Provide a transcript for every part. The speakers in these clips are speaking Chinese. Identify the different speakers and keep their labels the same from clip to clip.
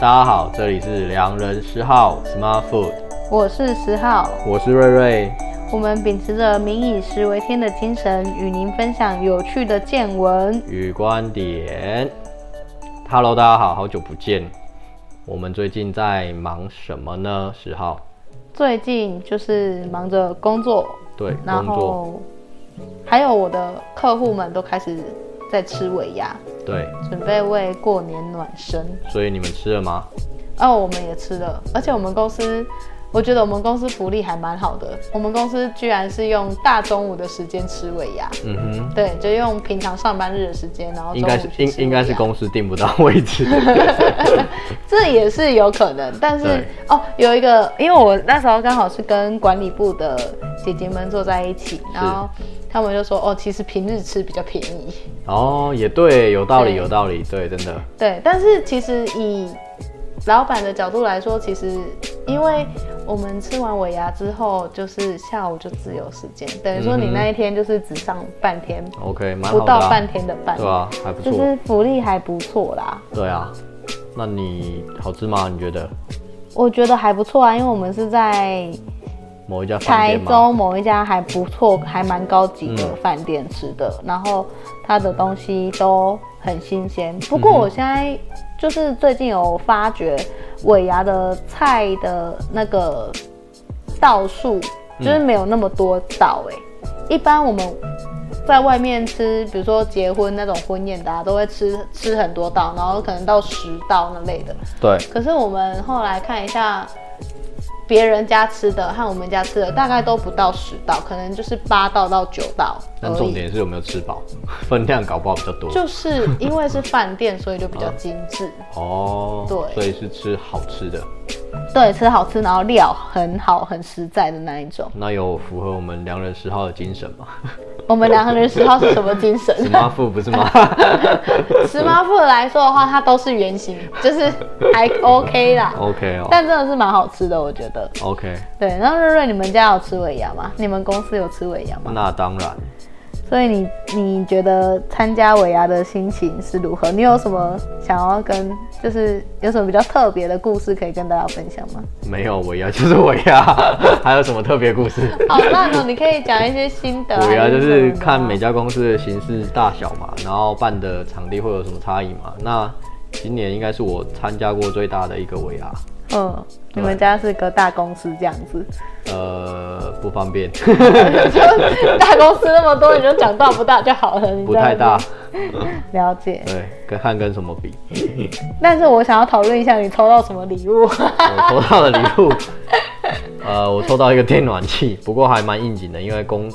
Speaker 1: 大家好，这里是良人十号 Smart Food，
Speaker 2: 我是十号，
Speaker 1: 我是瑞瑞。
Speaker 2: 我们秉持着“民以食为天”的精神，与您分享有趣的见闻。
Speaker 1: 与观点。Hello，大家好，好久不见。我们最近在忙什么呢？十号，
Speaker 2: 最近就是忙着工作，
Speaker 1: 对，
Speaker 2: 然
Speaker 1: 工作，
Speaker 2: 后还有我的客户们都开始在吃尾牙，
Speaker 1: 对，
Speaker 2: 准备为过年暖身。
Speaker 1: 所以你们吃了吗？
Speaker 2: 哦，我们也吃了，而且我们公司，我觉得我们公司福利还蛮好的。我们公司居然是用大中午的时间吃尾牙，
Speaker 1: 嗯哼，
Speaker 2: 对，就用平常上班日的时间，然后
Speaker 1: 应该是
Speaker 2: 嗯中午去吃
Speaker 1: 应应该是
Speaker 2: 尾牙
Speaker 1: 公司订不到位 置。
Speaker 2: 这也是有可能，但是
Speaker 1: 对
Speaker 2: 哦，有一个，因为我那时候刚好是跟管理部的姐姐们坐在一起，然后他们就说，哦，其实平日吃比较便宜，
Speaker 1: 哦，也对，有道理，
Speaker 2: 对
Speaker 1: 有道理，对，真的，
Speaker 2: 对，但是其实以老板的角度来说，其实因为我们吃完尾牙之后，就是下午就自由时间，等于说你
Speaker 1: 嗯哼
Speaker 2: 那一天就是只上半天，
Speaker 1: OK，蛮
Speaker 2: 不
Speaker 1: 好的、
Speaker 2: 到
Speaker 1: 啊，
Speaker 2: 半天的班，
Speaker 1: 对啊，还不
Speaker 2: 就
Speaker 1: 错，
Speaker 2: 是福利还不错啦。
Speaker 1: 对啊。那你好吃吗？你觉得
Speaker 2: 我觉得还不错啊，因为我们是在
Speaker 1: 某一家饭
Speaker 2: 台
Speaker 1: 店吗？嗯
Speaker 2: 州某一家还不错、还蛮高级的饭店吃的，然后它的东西都很新鲜。不过
Speaker 1: 嗯哼
Speaker 2: 我现在就是最近有发觉尾牙的菜的那个道数，
Speaker 1: 嗯
Speaker 2: 就是没有那么多道哎、一般我们在外面吃，比如说结婚那种婚宴的、啊，都会吃吃很多道，然后可能到十道那类的。
Speaker 1: 对，
Speaker 2: 可是我们后来看一下，别人家吃的和我们家吃的大概都不到十道，可能就是八道到九道而
Speaker 1: 但重
Speaker 2: 已。
Speaker 1: 点是有没有吃饱，分量搞不好比较多。
Speaker 2: 就是因为是饭店，所以就比较精 致。
Speaker 1: 哦，
Speaker 2: 对
Speaker 1: 所以是吃好吃的，
Speaker 2: 对，吃好吃，然后料很好，很实在的那一种。
Speaker 1: 那有符合我们良人十号的精神吗？
Speaker 2: 我们两个人十号是什么精神？
Speaker 1: 什么富不 是吗？
Speaker 2: 十妈富来说的话，它都是 圆形，就是还 OK 啦。
Speaker 1: OK 哦
Speaker 2: 但真的是蛮好吃的，我觉得。
Speaker 1: ，OK，
Speaker 2: 对，那瑞瑞，你们家有吃尾牙吗？你们公司有吃尾牙吗？
Speaker 1: 那当然，
Speaker 2: 所以你你觉得参加尾牙的心情是如何？你有什么想要跟，就是有什么比较特别的故事可以跟大家分享吗？
Speaker 1: 没有尾牙就是尾牙， 还有什么特别故事？
Speaker 2: 好烂哦，你可以讲一些心得。
Speaker 1: 尾牙就
Speaker 2: 还什
Speaker 1: 是
Speaker 2: 么的啊
Speaker 1: 看每家公司的形式大小嘛，然后办的场地会有什么差异嘛。那今年应该是我参加过最大的一个尾牙，
Speaker 2: 嗯，你
Speaker 1: 对
Speaker 2: 们家是个大公司这样子，
Speaker 1: 呃，不方便，
Speaker 2: 就大公司那么多，你就讲大不大就好了。你
Speaker 1: 不
Speaker 2: 在那
Speaker 1: 太
Speaker 2: 边
Speaker 1: 大，
Speaker 2: 了解。
Speaker 1: 对，跟看跟什么比。
Speaker 2: 但是我想要讨论一下，你抽到什么礼物？
Speaker 1: 我抽到的礼物， 呃，我抽到一个电暖器，不过还蛮应景的，因为冬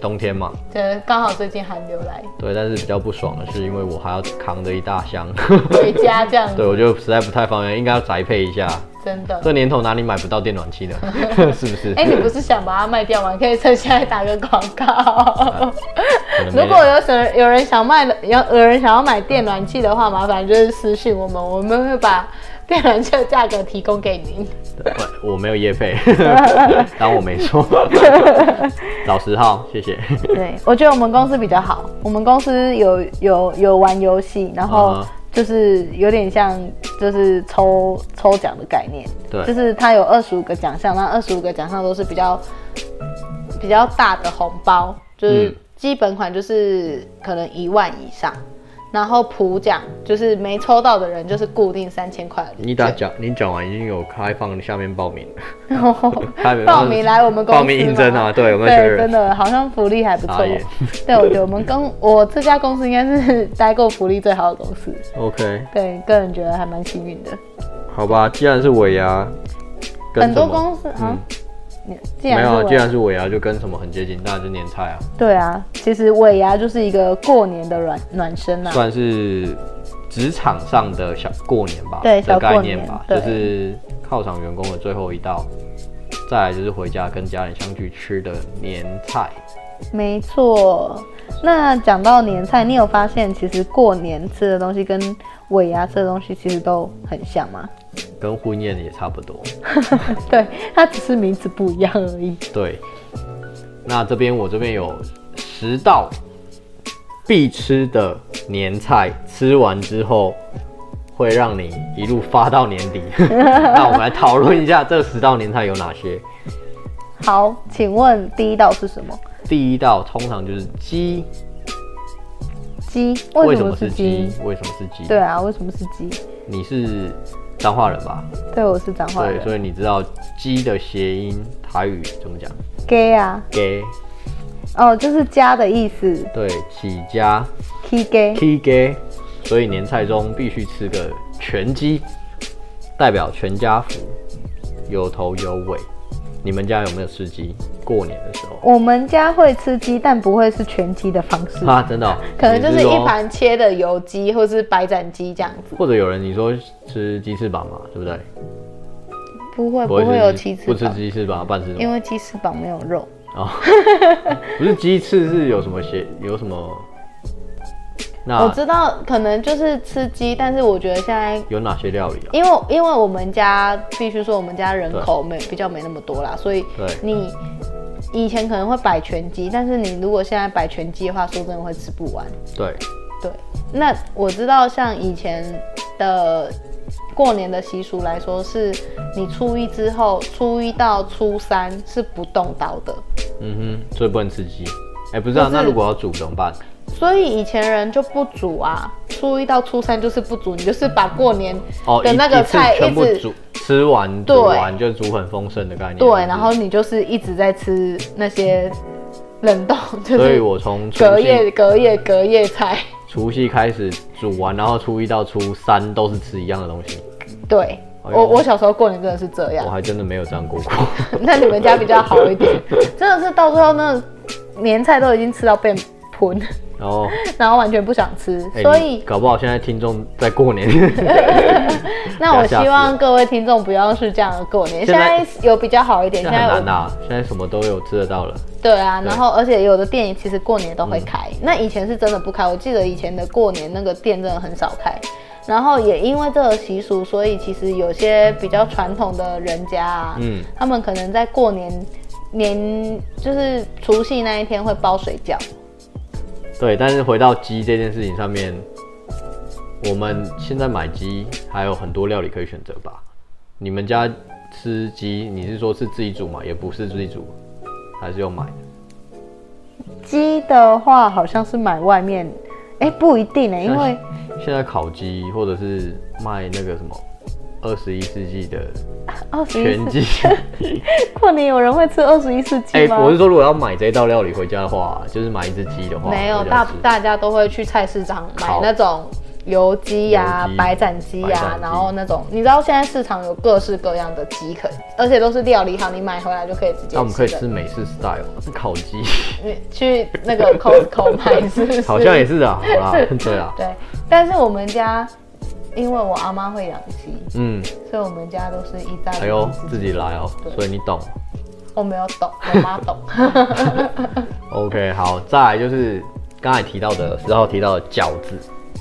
Speaker 1: 冬天嘛，
Speaker 2: 就是刚好最近寒流来，
Speaker 1: 对。但是比较不爽的是，因为我还要扛着一大箱，
Speaker 2: 回家这样
Speaker 1: 对
Speaker 2: 子，
Speaker 1: 我就实在不太方便，应该要宅配一下。
Speaker 2: 真的。
Speaker 1: 这年头哪里买不到电暖器呢？ 是不是？
Speaker 2: 哎、你不是想把它卖掉吗？你可以趁现在打个广告。
Speaker 1: 啊能没有
Speaker 2: 如果有什么有人想卖的，有有人想要买电暖器的话，麻烦就是私信我们，我们会把电暖器的价格提供给您。
Speaker 1: 我我没有业 配，当我没说。 老十号，谢谢。
Speaker 2: 对，我觉得我们公司比较好，我们公司有有有玩游戏，然后
Speaker 1: 嗯
Speaker 2: 就是有点像就是抽抽奖的概念，
Speaker 1: 对
Speaker 2: 就是它有二十五个奖项，那二十五个奖项都是比较比较大的红包，就是
Speaker 1: 嗯
Speaker 2: 基本款就是可能一万以上。然后普奖就是没抽到的人，就是固定三千块的礼
Speaker 1: 你打讲，你讲完已经有开放下面报名了，
Speaker 2: 然后
Speaker 1: 开放
Speaker 2: 报名来我们公司
Speaker 1: 报名应征啊
Speaker 2: 嘛
Speaker 1: 对我们啊确
Speaker 2: 对，
Speaker 1: 认
Speaker 2: 真的好像福利还不错
Speaker 1: 傻眼。
Speaker 2: 对，我觉得我们跟我这家公司应该是 待过福利最好的公司。
Speaker 1: OK，
Speaker 2: 对，个人觉得还蛮幸运的。
Speaker 1: 好吧，既然是尾牙，跟
Speaker 2: 很多
Speaker 1: 什么嗯
Speaker 2: 公司啊，你既
Speaker 1: 没
Speaker 2: 然
Speaker 1: 有啊，
Speaker 2: 是
Speaker 1: 既
Speaker 2: 尾牙
Speaker 1: 然是尾牙，就跟什么很接近，当然是年菜啊，
Speaker 2: 对啊，其实尾牙就是一个过年的暖暖身啊。
Speaker 1: 算是职场上的小过年吧，
Speaker 2: 对
Speaker 1: 的
Speaker 2: 小过
Speaker 1: 概
Speaker 2: 年
Speaker 1: 念吧，就
Speaker 2: 对
Speaker 1: 是犒赏员工的最后一道，再来就是回家跟家人相聚吃的年菜。
Speaker 2: 没错。那讲到年菜，你有发现其实过年吃的东西跟尾牙吃的东西其实都很像吗？
Speaker 1: 跟婚宴也差不多，
Speaker 2: 对，它只是名字不一样而已。
Speaker 1: 对。那这边我这边有十道必吃的年菜，吃完之后会让你一路发到年 底。那我们来讨论一下这十道年菜有哪些。
Speaker 3: 好，请问第一道是什么？
Speaker 1: 第一道通常就是鸡，
Speaker 3: 鸡？
Speaker 1: 为
Speaker 3: 为
Speaker 1: 什
Speaker 3: 什
Speaker 1: 么
Speaker 3: 么
Speaker 1: 是
Speaker 3: 是
Speaker 1: 鸡
Speaker 3: 鸡？？
Speaker 1: 为什么是鸡？
Speaker 3: 对，啊，为什么是鸡？
Speaker 1: 你是彰化人吧？
Speaker 3: 对，我是彰化
Speaker 2: 啊
Speaker 1: 对，
Speaker 3: 人。
Speaker 1: 所以你知道鸡的谐音台语怎么讲
Speaker 3: gay 啊，
Speaker 1: ？gay，
Speaker 3: 哦，就是家的意思
Speaker 1: 对，起家
Speaker 3: ，k gay。
Speaker 1: k gay，所以年菜中必须吃个全鸡，代表全家福，有头有尾。你们家有没有吃鸡？过年的时候
Speaker 3: 我们家会吃鸡，但不会是全鸡的方式，
Speaker 1: 啊，真的哦、
Speaker 2: 可能就是
Speaker 1: 你
Speaker 2: 一
Speaker 1: 说，
Speaker 2: 盘切的油鸡或是白斩鸡这样子，
Speaker 1: 或者有人你说吃鸡翅膀嘛，对不对？
Speaker 3: 不会不
Speaker 1: 吃
Speaker 3: 会有鸡翅
Speaker 1: 不吃
Speaker 3: 膀，
Speaker 1: 鸡翅膀，半吃什么？
Speaker 3: 因为鸡翅膀没有肉。
Speaker 1: 哦，不是鸡翅是有什么邪有什么？
Speaker 2: 我
Speaker 1: 那
Speaker 2: 知道可能就是吃鸡，但是我觉得现在。
Speaker 1: 有哪些料理啊？
Speaker 2: 因为因为我们家必须说我们家人口没比较没那么多啦，所以
Speaker 1: 对
Speaker 2: 你以前可能会摆全鸡，但是你如果现在摆全鸡的话，说真的会吃不完。
Speaker 1: 对，
Speaker 2: 对，那我知道，像以前的过年的习俗来说，是你初一之后，初一到初三是不动刀的，
Speaker 1: 嗯哼，所以不能吃鸡。哎、不是啊，
Speaker 2: 不是
Speaker 1: 那如果要煮怎么办？
Speaker 2: 所以以前人就不煮啊，初一到初三就是不煮，你就是把过年
Speaker 1: 哦，
Speaker 2: 的
Speaker 1: 一
Speaker 2: 那个
Speaker 1: 一次
Speaker 2: 菜
Speaker 1: 全
Speaker 2: 一
Speaker 1: 部
Speaker 2: 直
Speaker 1: 煮，吃完
Speaker 2: 对
Speaker 1: 煮完就煮很丰盛的概念。嗯
Speaker 2: 对，然后你就是一直在吃那些冷冻， 就
Speaker 1: 所以
Speaker 2: 是
Speaker 1: 我从除
Speaker 2: 隔夜
Speaker 1: 夕
Speaker 2: 隔夜隔夜菜，
Speaker 1: 除夕开始煮完，然后初一到初三都是吃一样的东西，
Speaker 2: 对。
Speaker 1: 哎呦
Speaker 2: 我我小时候过年真的是这样
Speaker 1: 我，还真的没有这样过过。
Speaker 2: 那你们家比较好 一点，真的是到最后那年菜都已经吃到被喷，
Speaker 1: 然后，
Speaker 2: 然后完全不想吃，
Speaker 1: 哎
Speaker 2: 所
Speaker 1: 你
Speaker 2: 以
Speaker 1: 搞不好现在听众在过 年，
Speaker 2: 那我
Speaker 1: 吓
Speaker 2: 希
Speaker 1: 死
Speaker 2: 望各位听众不要是这样的过年，
Speaker 1: 现
Speaker 2: 现
Speaker 1: 在
Speaker 2: 在有比较好一点，
Speaker 1: 现
Speaker 2: 现
Speaker 1: 在
Speaker 2: 在
Speaker 1: 很难
Speaker 2: 我
Speaker 1: 啊，现在什么都有吃得到了。
Speaker 2: 对啊，
Speaker 1: 对嗯
Speaker 2: 然后而且有的店其实过年都会开，那以前是真的不开，我记得以前的过年那个店真的很少开。然后也因为这个习俗，所以其实有些比较传统的人家啊，
Speaker 1: 嗯
Speaker 2: 他们可能在过年年就是除夕那一天会包水饺，
Speaker 1: 对，但是回到鸡这件事情上面，我们现在买鸡还有很多料理可以选择吧？你们家吃鸡，你是说是自己煮吗？也不是自己煮，还是有买？
Speaker 3: 鸡的话好像是买外面，哎，不一定呢，因为
Speaker 1: 现在烤鸡或者是卖那个什么二十一世纪的
Speaker 3: 二十一
Speaker 1: 全
Speaker 3: 世
Speaker 2: 嗯
Speaker 1: 鸡。
Speaker 3: 过年有人会吃二十一世纪
Speaker 1: 哎、
Speaker 3: 吗？
Speaker 1: 我是说，如果要买这道料理回家的话，就是买一只鸡的话，
Speaker 2: 没有
Speaker 1: 回家
Speaker 2: 大
Speaker 1: 吃
Speaker 2: 大家都会去菜市场买
Speaker 1: 烤
Speaker 2: 那种油鸡呀、
Speaker 1: 油鸡
Speaker 2: 白斩鸡
Speaker 1: 白
Speaker 2: 呀、
Speaker 1: 斩鸡
Speaker 2: 然后那种你知道现在市场有各式各样的鸡可以，而且都是料理好，你买回来就可以直接吃的。
Speaker 1: 那我们可以吃美式 style 吗是烤 鸡，
Speaker 2: 你去那 个 Costco 买是不是？
Speaker 1: 好像也是啊， 好啦，对啊，
Speaker 2: 对，但是我们家因为我阿妈会养鸡，
Speaker 1: 嗯，
Speaker 2: 所以我们家都是一大
Speaker 1: 哎
Speaker 2: 堆
Speaker 1: 呦自
Speaker 2: 自，己
Speaker 1: 己来哦、
Speaker 2: 对
Speaker 1: 所以你懂。
Speaker 2: 我没有懂，我妈 懂。
Speaker 1: OK，好，再来就是刚才提到的十号提到的饺子，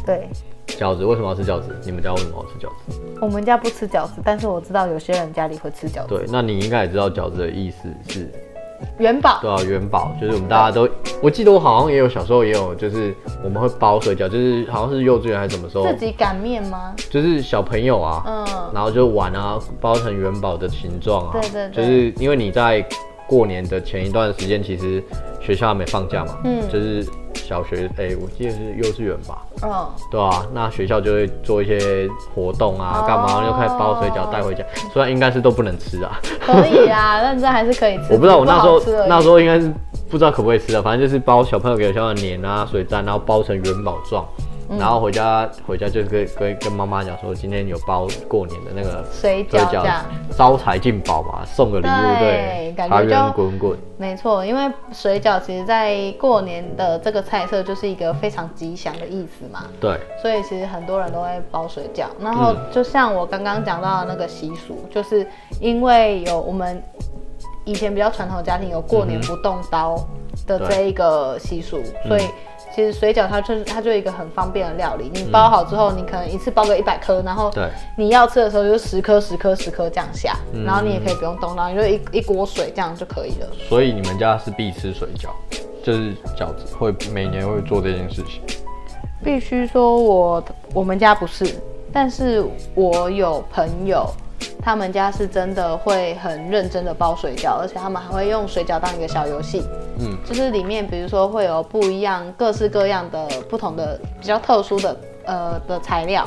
Speaker 2: 对，
Speaker 1: 饺子为什么要吃饺子？你们家为什么要吃饺子？
Speaker 2: 我们家不吃饺子，但是我知道有些人家里会吃饺子。
Speaker 1: 对，那你应该也知道饺子的意思是，
Speaker 2: 元宝
Speaker 1: 对啊，元宝就是我们大家都，我记得我好像也有小时候也有，就是我们会包水饺，就是好像是幼稚园还是什么时候，
Speaker 2: 自己擀面吗？
Speaker 1: 就是小朋友啊，
Speaker 2: 嗯
Speaker 1: 然后就碗啊包成元宝的形状啊，
Speaker 2: 对对对
Speaker 1: 就是因为你在过年的前一段时间，其实学校还没放假嘛，
Speaker 2: 嗯
Speaker 1: 就是小学，哎、我记得是幼稚园吧，
Speaker 2: 嗯，
Speaker 1: 对啊，那学校就会做一些活动啊，干嘛、
Speaker 2: 哦
Speaker 1: 就开始包水饺带回家，虽然应该是都不能吃啊，
Speaker 2: 可以啦， 认真还是可以吃。
Speaker 1: 我不知道我那时候
Speaker 2: 只是不好吃而已
Speaker 1: 那时候应该是不知道可不可以吃啊，反正就是包小朋友给小朋友黏啊水蘸，然后包成元宝状。
Speaker 2: 嗯
Speaker 1: 然后回家回家就跟跟跟妈妈讲说，今天有包过年的那个
Speaker 2: 水
Speaker 1: 这
Speaker 2: 饺这样
Speaker 1: 叫，招财进宝嘛，送个礼物对
Speaker 2: 对，感觉
Speaker 1: 财源
Speaker 2: 就
Speaker 1: 滚滚。
Speaker 2: 没错，因为水饺其实在过年的这个菜色就是一个非常吉祥的意思嘛。
Speaker 1: 对，
Speaker 2: 所以其实很多人都会包水饺。然后
Speaker 1: 嗯
Speaker 2: 就像我刚刚讲到的那个习俗，就是因为有我们以前比较传统的家庭有过年
Speaker 1: 嗯哼
Speaker 2: 不动刀的
Speaker 1: 对
Speaker 2: 这一个习俗，所以。
Speaker 1: 嗯
Speaker 2: 其实水饺它就是它就是一个很方便的料理，你包好之后，你可能一次包个一百颗，然后
Speaker 1: 对
Speaker 2: 你要吃的时候就十颗、十颗、十颗这样下，
Speaker 1: 嗯
Speaker 2: 然后你也可以不用动刀，你就一一锅水这样就可以了。
Speaker 1: 所以你们家是必吃水饺，就是饺子会每年会做这件事情。
Speaker 2: 必须说我我们家不是，但是我有朋友，他们家是真的会很认真的包水饺，而且他们还会用水饺当一个小游戏。
Speaker 1: 嗯，
Speaker 2: 就是里面比如说会有不一样、各式各样的不同的比较特殊的呃的材料，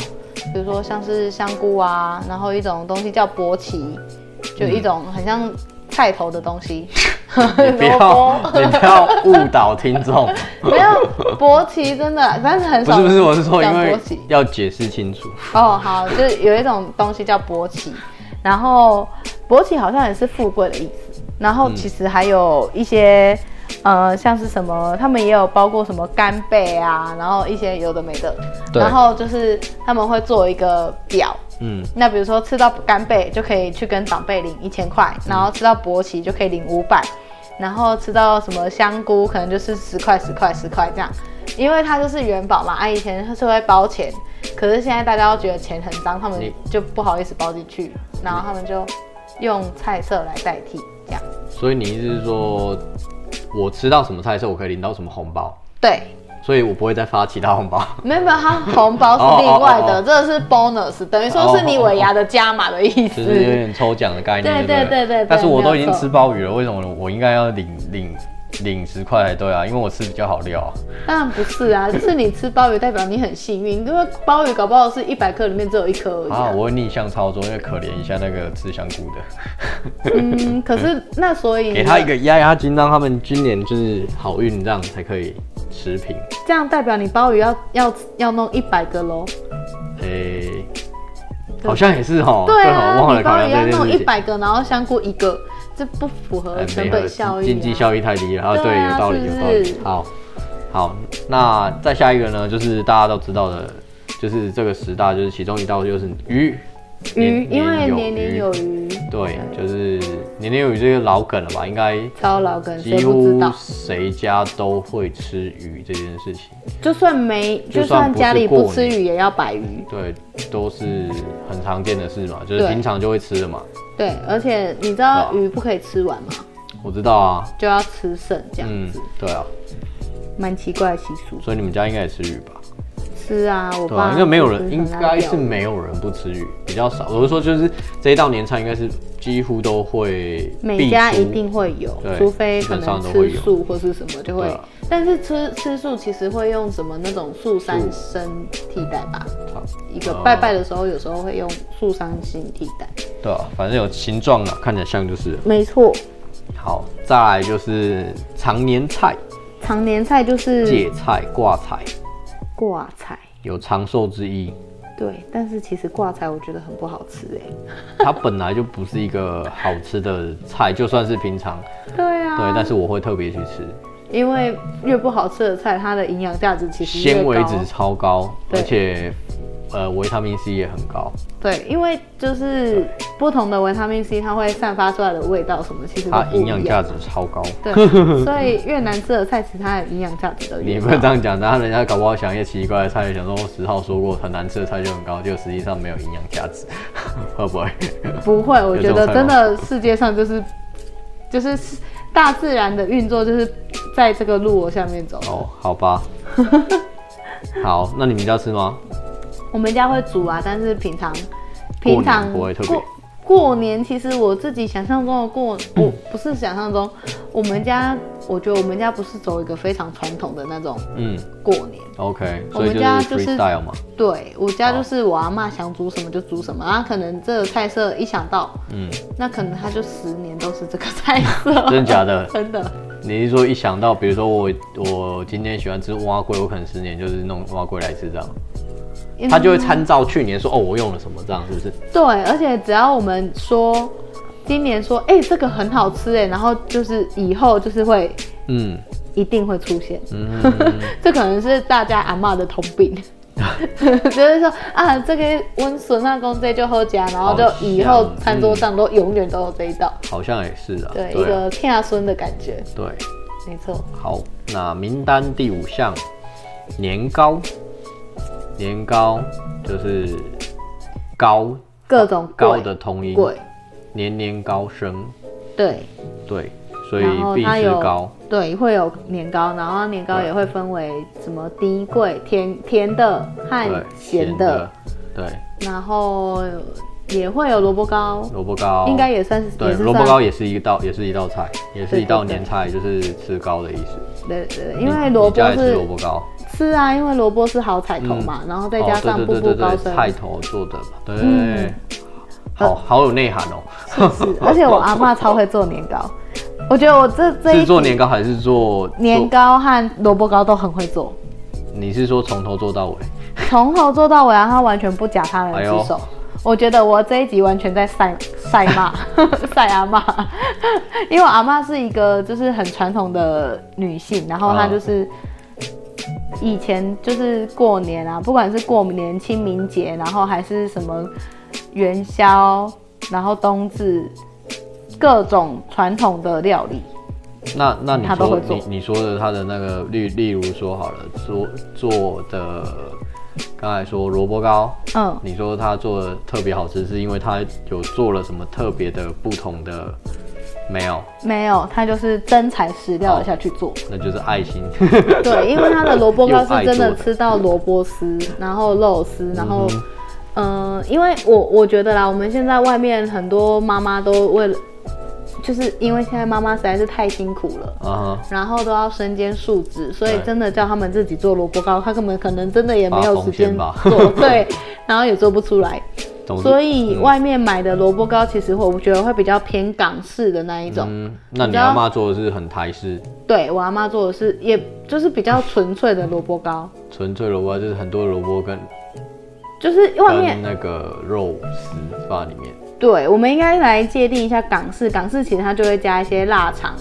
Speaker 2: 比如说像是香菇啊，然后一种东西叫勃起，就一种很像菜头的 东西，
Speaker 1: 你 不要你不要误导听众。
Speaker 2: 没有勃起真的，但是很
Speaker 1: 不
Speaker 2: 少
Speaker 1: 是不是，我是说，因
Speaker 2: 讲
Speaker 1: 为
Speaker 2: 勃起
Speaker 1: 要解释清楚。
Speaker 2: 哦，好，就是有一种东西叫勃起，然后勃起好像也是富贵的意思，然后其实还有一些。呃，像是什么，他们也有包括什么干贝啊，然后一些有的没的，
Speaker 1: 对
Speaker 2: 然后就是他们会做一个表，
Speaker 1: 嗯，
Speaker 2: 那比如说吃到干贝就可以去跟长辈领一千块，
Speaker 1: 嗯
Speaker 2: 然后吃到勃起就可以领五百，然后吃到什么香菇可能就是十块十块十块这样，因为它就是元宝嘛，啊以前是会包钱，可是现在大家都觉得钱很脏，他们
Speaker 1: 你
Speaker 2: 就不好意思包进去，然后他们就用菜色来代替这样，
Speaker 1: 所以你意思是说，我吃到什么菜色，我可以领到什么红包，
Speaker 2: 对。
Speaker 1: 所以我不会再发其他红包。
Speaker 2: 没有没有，它红包是另外
Speaker 1: 哦
Speaker 2: 的，
Speaker 1: 哦哦哦哦
Speaker 2: 这个是 bonus，等于说是你尾牙的加码的意
Speaker 1: 就
Speaker 2: 思。
Speaker 1: 是有点抽奖的概念，
Speaker 2: 对
Speaker 1: 不
Speaker 2: 对对对对
Speaker 1: 但是我都已
Speaker 2: 没
Speaker 1: 经
Speaker 2: 有错
Speaker 1: 吃鲍鱼了，为什么我应该要领领领十块才对啊？因为我吃比较好料啊。
Speaker 2: 当然不是啊，是你吃鲍鱼代表你很幸运，因为鲍鱼搞不好是一百克里面只有一颗而已、
Speaker 1: 啊，
Speaker 2: 啊。
Speaker 1: 我会逆向操作，因为可怜一下那个吃香菇的，
Speaker 2: 嗯，可是那所以
Speaker 1: 给他一个压压惊，让他们今年就是好运，这样才可以持平。
Speaker 2: 这样代表你鲍鱼要要要弄一百个喽。
Speaker 1: 诶、哎好像也是哦，
Speaker 2: 对
Speaker 1: 哦
Speaker 2: 啊，
Speaker 1: 我忘了
Speaker 2: 你
Speaker 1: 考
Speaker 2: 鲍
Speaker 1: 量
Speaker 2: 鱼要
Speaker 1: 这件
Speaker 2: 弄
Speaker 1: 事
Speaker 2: 一
Speaker 1: 情。
Speaker 2: 百个，然后香菇一个，这不符合
Speaker 1: 哎
Speaker 2: 成
Speaker 1: 没有
Speaker 2: 本效益、啊。
Speaker 1: 经济效益太低了。啊，
Speaker 2: 对
Speaker 1: 对，
Speaker 2: 啊
Speaker 1: 有道理，
Speaker 2: 是
Speaker 1: 有
Speaker 2: 不
Speaker 1: 道理
Speaker 2: 是。
Speaker 1: 好，好，那再下一个呢，就是大家都知道的，就是这个十大，就是其中一道就是鱼，
Speaker 2: 鱼，因为
Speaker 1: 有
Speaker 2: 年年有
Speaker 1: 余。
Speaker 2: 余，
Speaker 1: 对，就是年年有余这个老梗了吧？应该
Speaker 2: 超老梗，谁
Speaker 1: 几
Speaker 2: 不知
Speaker 1: 乎
Speaker 2: 道？
Speaker 1: 谁家都会吃鱼这件事情，
Speaker 2: 就算没，就
Speaker 1: 就算
Speaker 2: 算
Speaker 1: 不是
Speaker 2: 家里
Speaker 1: 过
Speaker 2: 不吃
Speaker 1: 年
Speaker 2: 鱼也要摆鱼。
Speaker 1: 对，都是很常见的事嘛，就是
Speaker 2: 对
Speaker 1: 平常就会吃的嘛。
Speaker 2: 对，而且你知
Speaker 1: 哇
Speaker 2: 道鱼不可以吃完吗？
Speaker 1: 我知道啊，
Speaker 2: 就要吃剩这样
Speaker 1: 嗯
Speaker 2: 子，，
Speaker 1: 对啊，
Speaker 2: 蛮、奇怪的习俗。
Speaker 1: 所以你们家应该也吃鱼吧？
Speaker 2: 是啊，我
Speaker 1: 对啊
Speaker 2: 爸，
Speaker 1: 应该没有
Speaker 2: 就
Speaker 1: 人，
Speaker 2: 很
Speaker 1: 应
Speaker 2: 爱
Speaker 1: 该
Speaker 2: 钓
Speaker 1: 是没有人不吃鱼，比较少。我是说，就是这一道年菜，应该是几乎都会
Speaker 2: 每
Speaker 1: 必
Speaker 2: 家
Speaker 1: 出
Speaker 2: 一定会有，
Speaker 1: 对
Speaker 2: 除非可
Speaker 1: 基本上
Speaker 2: 能
Speaker 1: 都会
Speaker 2: 吃
Speaker 1: 有
Speaker 2: 素或是什么就会。
Speaker 1: 对啊
Speaker 2: 但是吃吃素其实会用什么那种素三参替代吧，
Speaker 1: 好
Speaker 2: 一个
Speaker 1: 哦
Speaker 2: 拜拜的时候有时候会用素三参替代。
Speaker 1: 对啊，反正有形状的，看起来像就是了。
Speaker 2: 没错，
Speaker 1: 好，再来就是常年菜、
Speaker 2: 常年菜就是
Speaker 1: 芥菜、挂菜，
Speaker 2: 挂菜，
Speaker 1: 有长寿之意。
Speaker 2: 对。但是其实挂菜我觉得很不好吃哎、
Speaker 1: 它本来就不是一个好吃的菜，就算是平常，
Speaker 2: 对
Speaker 1: 对
Speaker 2: 啊，，
Speaker 1: 但是我会特别去吃，
Speaker 2: 因为越不好吃的菜，它的营养价值其实越
Speaker 1: 纤维
Speaker 2: 高
Speaker 1: 值超高，
Speaker 2: 对
Speaker 1: 而且呃维他命 C 也很高。
Speaker 2: 对，因为就是不同的维他命 C，它会散发出来的味道什么，其实都
Speaker 1: 它
Speaker 2: 不
Speaker 1: 啊营
Speaker 2: 一
Speaker 1: 养价
Speaker 2: 样。
Speaker 1: 值超高。
Speaker 2: 对， 所以越南吃的菜，其实它的营养价值都
Speaker 1: 你
Speaker 2: 越
Speaker 1: 不
Speaker 2: 高。
Speaker 1: 能这样讲，然后人家搞不好想一些奇怪的菜，想说十号说过很难吃的菜就很高，就实际上没有营养价值， 会不会？
Speaker 2: 不会，
Speaker 1: 有
Speaker 2: 我觉
Speaker 1: 这种
Speaker 2: 得
Speaker 1: 菜
Speaker 2: 真
Speaker 1: 吗
Speaker 2: 的世界上就是就是大自然的运作，就是在这个路我下面走。
Speaker 1: 哦，好 吧。好，那你们家吃吗？
Speaker 2: 我们家会煮啊，但是平常
Speaker 1: 过年
Speaker 2: 平常
Speaker 1: 不会特别
Speaker 2: 过过年，其实我自己想象中的过，我不是想象中，我们家我觉得我们家不是走一个非常传统的那种
Speaker 1: 嗯
Speaker 2: 过年。
Speaker 1: ，OK，
Speaker 2: 我
Speaker 1: 所以
Speaker 2: 们
Speaker 1: 就是
Speaker 2: 家就是
Speaker 1: freestyle 嘛。
Speaker 2: 对我家就是我阿妈想煮什么就煮什么，然后可能这个菜色一想到，
Speaker 1: 嗯，
Speaker 2: 那可能她就十年都是这个菜色，
Speaker 1: 真假的？
Speaker 2: 真的。
Speaker 1: 你是说一想到，比如说我我今天喜欢吃蛙龟，我可能十年就是弄蛙龟来吃这样，他就会参照去年说哦我用了什么这样是不是？
Speaker 2: 对，而且只要我们说今年说，哎、这个很好吃哎，然后就是以后就是会
Speaker 1: 嗯
Speaker 2: 一定会出现，
Speaker 1: 嗯，
Speaker 2: 这可能是大家阿嬷的通 病，就是说啊，这个温孙阿公这就喝家，然后就以后
Speaker 1: 好像嗯
Speaker 2: 餐桌上都永远都有这一道，
Speaker 1: 好像也是啊。
Speaker 2: 对，一
Speaker 1: 对啊
Speaker 2: 个天下孙的感觉，
Speaker 1: 对，
Speaker 2: 没错。
Speaker 1: 好，那名单第五项，年糕，年糕就是高
Speaker 2: 各种
Speaker 1: 高
Speaker 2: 贵
Speaker 1: 的同音，
Speaker 2: 贵，
Speaker 1: 年年高升，
Speaker 2: 对，
Speaker 1: 对，所以
Speaker 2: 然后
Speaker 1: 必
Speaker 2: 它
Speaker 1: 是
Speaker 2: 有
Speaker 1: 高，
Speaker 2: 对会有年糕，然后年糕
Speaker 1: 对
Speaker 2: 也会分为什么低贵、甜甜的
Speaker 1: 对
Speaker 2: 和，咸的，，
Speaker 1: 对，
Speaker 2: 然后也会有萝卜糕，
Speaker 1: 萝卜糕
Speaker 2: 应该也算是
Speaker 1: 对，
Speaker 2: 也是
Speaker 1: 萝卜
Speaker 2: 算
Speaker 1: 糕也是一道，也是一道菜，也是一道
Speaker 2: 对对对
Speaker 1: 年菜，就是吃糕的意思。
Speaker 2: 对对，对
Speaker 1: 你
Speaker 2: 因为
Speaker 1: 你
Speaker 2: 萝卜
Speaker 1: 家也吃
Speaker 2: 是
Speaker 1: 萝卜糕，嗯
Speaker 2: 是啊，因为萝卜是好彩头嘛，然后再加上
Speaker 1: 哦
Speaker 2: 步
Speaker 1: 对对
Speaker 2: 步
Speaker 1: 对对
Speaker 2: 高
Speaker 1: 对
Speaker 2: 升，嗯
Speaker 1: 菜头做的嘛，对，好好有内涵哦。
Speaker 2: 是 而且我阿嬷超会做年糕，我觉得我这这一
Speaker 1: 是做
Speaker 2: 集
Speaker 1: 年糕还是做
Speaker 2: 年？糕和萝卜糕都很会做，
Speaker 1: 做你是说从头做到尾？
Speaker 2: 从头做到尾，然后她完全不夹他人
Speaker 1: 哎
Speaker 2: 之
Speaker 1: 呦
Speaker 2: 手。我觉得我这一集完全在晒晒骂 晒阿嬷，因为我阿嬷是一个就是很传统的女性，然后她
Speaker 1: 嗯
Speaker 2: 就是。以前就是过年啊，不管是过年、清明节，然后还是什么元宵，然后冬至，各种传统的料理，
Speaker 1: 那那你
Speaker 2: 他都
Speaker 1: 说
Speaker 2: 会做
Speaker 1: 你你说的他的那个例例如说好了，做做的刚才说萝卜糕，
Speaker 2: 嗯，
Speaker 1: 你说他做的特别好吃，是因为他有做了什么特别的不同的没有？
Speaker 2: 没有，它就是真材实料的下去做。
Speaker 1: 那就是爱 心。
Speaker 2: 对，因为它的萝卜糕
Speaker 1: 用爱
Speaker 2: 是真的
Speaker 1: 做的
Speaker 2: 吃到萝卜丝，然后肉丝，然后，嗯、因为我我觉得啦，我们现在外面很多妈妈都为了，就是因为现在妈妈实在是太辛苦了。
Speaker 1: 啊哈，
Speaker 2: 然后都要身兼数职，所以
Speaker 1: 对
Speaker 2: 真的叫他们自己做萝卜糕，他根本可能真的也没有时间
Speaker 1: 发疯
Speaker 2: 做， 对，然后也做不出来。
Speaker 1: 总之
Speaker 2: 所以
Speaker 1: 嗯
Speaker 2: 外面买的萝卜糕，其实我觉得会比较偏港式的那一种。
Speaker 1: 嗯，那
Speaker 2: 你
Speaker 1: 你
Speaker 2: 知道
Speaker 1: 阿妈做的是很台式，
Speaker 2: 对我阿妈做的是，也就是比较纯粹的萝卜糕，
Speaker 1: 纯粹萝卜就是很多萝卜跟
Speaker 2: 就是外
Speaker 1: 跟
Speaker 2: 面。
Speaker 1: 那个肉丝放在里面。
Speaker 2: 对，我们应该来界定一下港式，港式其实它就会加一些腊肠，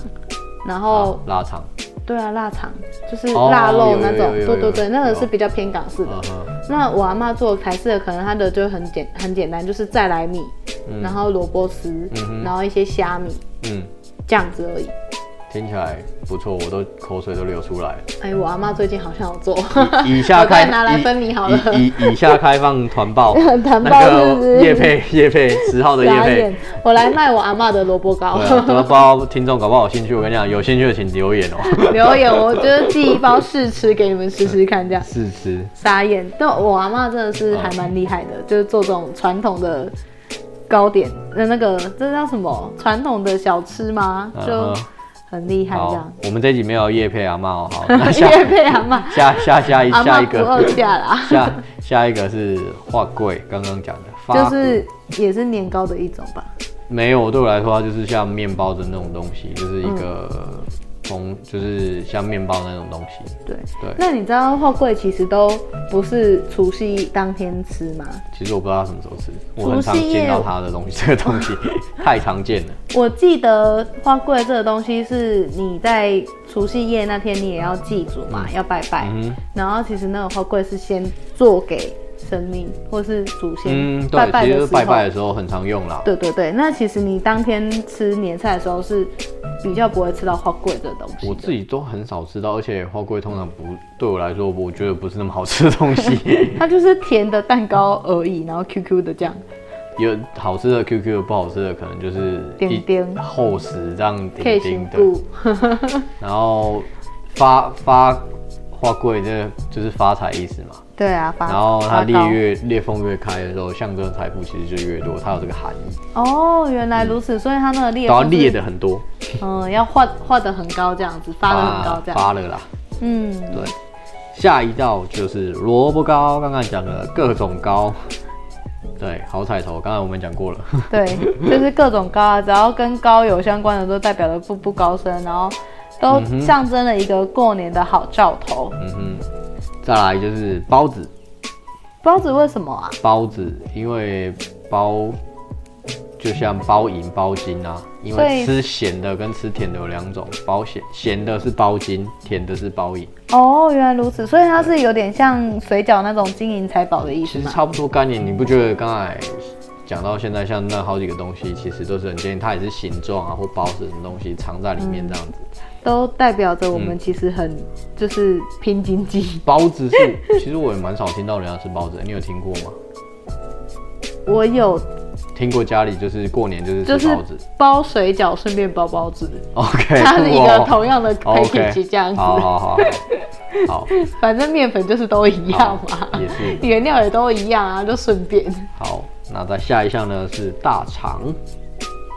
Speaker 2: 然后
Speaker 1: 啊腊肠，
Speaker 2: 对啊，腊肠就是
Speaker 1: 哦
Speaker 2: 腊肉
Speaker 1: 有
Speaker 2: 那种
Speaker 1: 有有，有
Speaker 2: 对对
Speaker 1: 有
Speaker 2: 对，那个
Speaker 1: 有
Speaker 2: 是比较偏港式的。
Speaker 1: 嗯哼，
Speaker 2: 那我阿妈做台式的，可能它的就很简很简单，就是再来米，
Speaker 1: 嗯
Speaker 2: 然后萝卜丝，
Speaker 1: 哼
Speaker 2: 然后一些虾米
Speaker 1: 嗯，
Speaker 2: 这样子而已。
Speaker 1: 听起来不错，我都口水都流出来了。
Speaker 2: 哎，我阿妈最近好像有做，
Speaker 1: 以下
Speaker 2: 我再
Speaker 1: 开
Speaker 2: 拿来
Speaker 1: 以
Speaker 2: 分你好了
Speaker 1: 以以以下开放团报，
Speaker 2: 团报是
Speaker 1: 嗯那个
Speaker 2: 不是
Speaker 1: 叶配叶配十号的叶
Speaker 2: 傻眼
Speaker 1: 配。
Speaker 2: 我来卖我阿妈的萝卜糕。
Speaker 1: 对啊，不知道听众搞不好有兴趣，我跟你讲，有兴趣的请留言哦、
Speaker 2: 留言，我就是寄一包试吃给你们试试看，这样
Speaker 1: 试吃，
Speaker 2: 傻眼。但我阿妈真的是还蛮厉害
Speaker 1: 哦
Speaker 2: 的，就是做这种传统的糕点，那那个这叫什么？传统的小吃吗？就
Speaker 1: 嗯哼
Speaker 2: 很厉害这
Speaker 1: 好
Speaker 2: 样。，
Speaker 1: 我们这集没有叶配阿妈哦、好， 那
Speaker 2: 因
Speaker 1: 下
Speaker 2: 为被阿妈
Speaker 1: 下下下一
Speaker 2: 阿
Speaker 1: 下
Speaker 2: 妈
Speaker 1: 一
Speaker 2: 不二
Speaker 1: 个
Speaker 2: 价啦，
Speaker 1: 下下一个是画柜，刚刚讲的，发
Speaker 2: 就是也是年糕的一种吧。
Speaker 1: 没有，对我来说，它就是像面包的那种东西，就是一
Speaker 2: 嗯
Speaker 1: 个从、就是像面包那种东西。
Speaker 2: 对，
Speaker 1: 对
Speaker 2: 那你知道货柜其实都不是除夕当天吃吗？
Speaker 1: 其实我不知道它什么时候吃，
Speaker 2: 除
Speaker 1: 我很常
Speaker 2: 夕夜
Speaker 1: 见到它的东西，这 个东西太常见了。
Speaker 2: 我记得花柜这个东西是你在除夕夜那天你也要祭祖嘛，要拜拜。
Speaker 1: 嗯哼
Speaker 2: 然后其实那个花柜是先做给神明或是祖先、
Speaker 1: 嗯，
Speaker 2: 拜
Speaker 1: 对，
Speaker 2: 拜
Speaker 1: 其
Speaker 2: 的时
Speaker 1: 实
Speaker 2: 候。
Speaker 1: 拜拜的时候很常用啦。
Speaker 2: 对对对，那其实你当天吃年菜的时候是比较不会吃到花柜这个东西的。
Speaker 1: 我自己都很少吃到，而且花龟通常不对我来说，我觉得不是那么好吃的东西。
Speaker 2: 它就是甜的蛋糕而已，然后 QQ 的这样，
Speaker 1: 有好吃的 QQ，不好吃的可能就是
Speaker 2: 点
Speaker 1: 一
Speaker 2: 点
Speaker 1: 厚实这样
Speaker 2: 可
Speaker 1: 点
Speaker 2: 以行
Speaker 1: 点的。
Speaker 2: 不？
Speaker 1: 然后发发花贵，这就是发财意思嘛。
Speaker 2: 对啊，发
Speaker 1: 然后它
Speaker 2: 发
Speaker 1: 裂
Speaker 2: 糕
Speaker 1: 越裂缝越开的时候，象征财富其实就越多，它有这个含义，
Speaker 2: 哦，原来如此，所以它那个裂
Speaker 1: 然后
Speaker 2: 缝
Speaker 1: 嗯
Speaker 2: 是
Speaker 1: 裂的很多，啊
Speaker 2: 嗯，要画画的很高这样子，发的很高这样，
Speaker 1: 发了啦。
Speaker 2: 嗯，
Speaker 1: 对，下一道就是萝卜糕，刚刚讲的各种糕。对，好彩头，刚才我们讲过了。
Speaker 2: 对，就是各种高啊，只要跟高有相关的都代表了步步高升，然后都象征了一个过年的好兆头。
Speaker 1: 嗯哼，再来就是包子，
Speaker 2: 包子为什么啊？
Speaker 1: 包子，因为包就像包银、包金啊，因
Speaker 2: 所以
Speaker 1: 为吃咸的跟吃甜的有两种，包咸咸的是包金，甜的是包银，
Speaker 2: 哦，原来如此，所以它是有点像水饺那种金银财宝的意思
Speaker 1: 其实
Speaker 2: 嘛。
Speaker 1: 差不多概念。你不觉得刚才讲到现在，像那好几个东西，其实都是很建议，它也是形状啊或包是什么东西藏在里面这样子。
Speaker 2: 都代表着我们其实很、就是拼经济。
Speaker 1: 包子是， 其实我也蛮少听到人家吃包子，你有听过吗？
Speaker 2: 我有
Speaker 1: 听过家里就是过年就是
Speaker 2: 就
Speaker 1: 吃
Speaker 2: 是
Speaker 1: 包子。
Speaker 2: 包水饺，顺便包包子，
Speaker 1: OK，
Speaker 2: 它是一
Speaker 1: 酷
Speaker 2: 个
Speaker 1: 哦
Speaker 2: 同样的
Speaker 1: OK，
Speaker 2: package 这样子。
Speaker 1: 好好好好，好，
Speaker 2: 反正面粉就是都一样嘛，
Speaker 1: 也是
Speaker 2: 原料也都一样啊，就顺便。
Speaker 1: 好。那在下一项呢是大肠，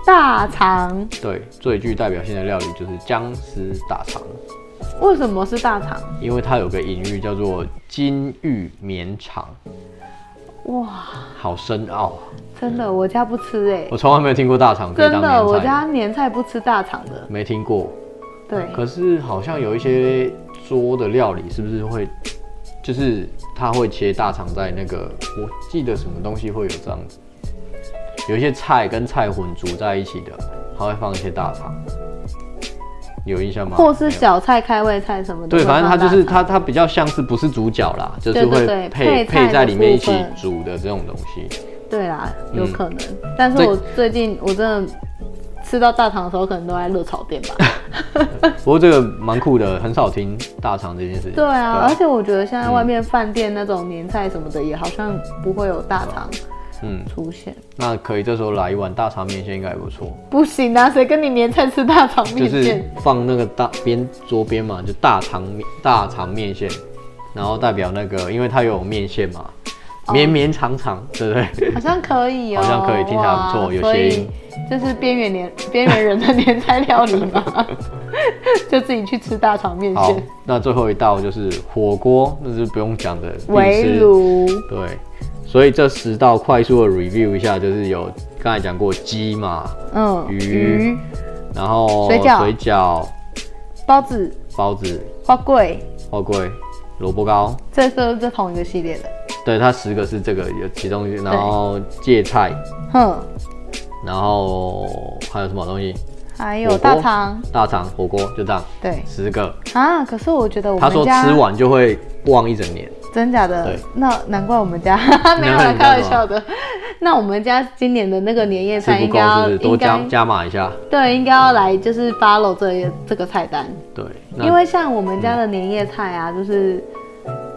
Speaker 2: 大肠
Speaker 1: 对，最具代表性的料理就是姜丝大肠，
Speaker 2: 为什么是大肠？
Speaker 1: 因为它有个隐喻叫做金玉绵长，
Speaker 2: 哇，
Speaker 1: 好深奥啊！
Speaker 2: 真的，我家不吃哎、
Speaker 1: 我从来没有听过大肠可以当
Speaker 2: 真的，我
Speaker 1: 年菜，
Speaker 2: 家年菜不吃大肠的。
Speaker 1: 没听过。
Speaker 2: 对，
Speaker 1: 可是好像有一些桌的料理，是不是会，就是它会切大肠在那个，我记得什么东西会有这样子，有一些菜跟菜混煮在一起的，它会放一些大肠，有印象吗？
Speaker 2: 或是
Speaker 1: 没有
Speaker 2: 小菜、开胃菜什么的。
Speaker 1: 对，反正它就是
Speaker 2: 会
Speaker 1: 它，它比较像是不是主角啦，就是
Speaker 2: 对对
Speaker 1: 会
Speaker 2: 对
Speaker 1: 配
Speaker 2: 配菜
Speaker 1: 在
Speaker 2: 的
Speaker 1: 里面一
Speaker 2: 部
Speaker 1: 起
Speaker 2: 分
Speaker 1: 煮的这种东西。
Speaker 2: 放大肠。对啦，
Speaker 1: 嗯
Speaker 2: 有可能。但是
Speaker 1: 对
Speaker 2: 我最近我真的吃到大肠的时候，可能都在热炒店 吧。
Speaker 1: 不过这个蛮酷的，很少听大肠这件事情。
Speaker 2: 对啊，而且我觉得现在
Speaker 1: 嗯
Speaker 2: 外面饭店那种年菜什么的，也好像不会有大肠
Speaker 1: 嗯，
Speaker 2: 出现。
Speaker 1: 那可以这时候来一碗大肠面线，应该也不错。
Speaker 2: 不行啊，谁跟你年菜吃大肠
Speaker 1: 就
Speaker 2: 面
Speaker 1: 是
Speaker 2: 线？
Speaker 1: 放那个大边桌边嘛，就大肠面大肠面线，然后代表那个，因为它有面线嘛，
Speaker 2: 哦
Speaker 1: 绵绵长长，对不对？
Speaker 2: 好像可以哦、
Speaker 1: 好像可以听起来不错
Speaker 2: 哇
Speaker 1: 有
Speaker 2: 所
Speaker 1: 谐
Speaker 2: 以
Speaker 1: 音
Speaker 2: 这是边缘年边缘人的年菜料理 嘛，就自己去吃大肠面
Speaker 1: 好
Speaker 2: 线。，
Speaker 1: 那最后一道就是火锅，那是不用讲的，必
Speaker 2: 围
Speaker 1: 吃。
Speaker 2: 炉
Speaker 1: 对，所以这十道快速的 review 一下，就是有刚才讲过鸡嘛，
Speaker 2: 嗯，
Speaker 1: 鱼
Speaker 2: 鱼、
Speaker 1: 然后
Speaker 2: 水饺
Speaker 1: 水饺、
Speaker 2: 包子、
Speaker 1: 包子、
Speaker 2: 花桂，
Speaker 1: 花桂、萝卜糕，
Speaker 2: 这都是同一个系列的。
Speaker 1: 对，它十个是这个有其中一个，然后芥菜，
Speaker 2: 哼，
Speaker 1: 然后还有什么东西？
Speaker 2: 还
Speaker 1: 火
Speaker 2: 有
Speaker 1: 锅
Speaker 2: 大肠，
Speaker 1: 大肠火锅就这样，
Speaker 2: 对
Speaker 1: 十个。
Speaker 2: 啊。可是我觉得我
Speaker 1: 他说
Speaker 2: 们家
Speaker 1: 吃完就会忘一整年，
Speaker 2: 真假的
Speaker 1: 对，
Speaker 2: 那难怪我们 家没有
Speaker 1: 难怪啊
Speaker 2: 啦
Speaker 1: 你家
Speaker 2: 开玩笑的。那我们家今年的那个年夜
Speaker 1: 吃
Speaker 2: 菜
Speaker 1: 不
Speaker 2: 应
Speaker 1: 够
Speaker 2: 该要
Speaker 1: 是不是？多
Speaker 2: 应
Speaker 1: 加
Speaker 2: 该
Speaker 1: 加码一下。
Speaker 2: 对，应该要来就是 follow 这这个菜单。
Speaker 1: 对，那嗯
Speaker 2: 因为像我们家的年夜菜啊，就是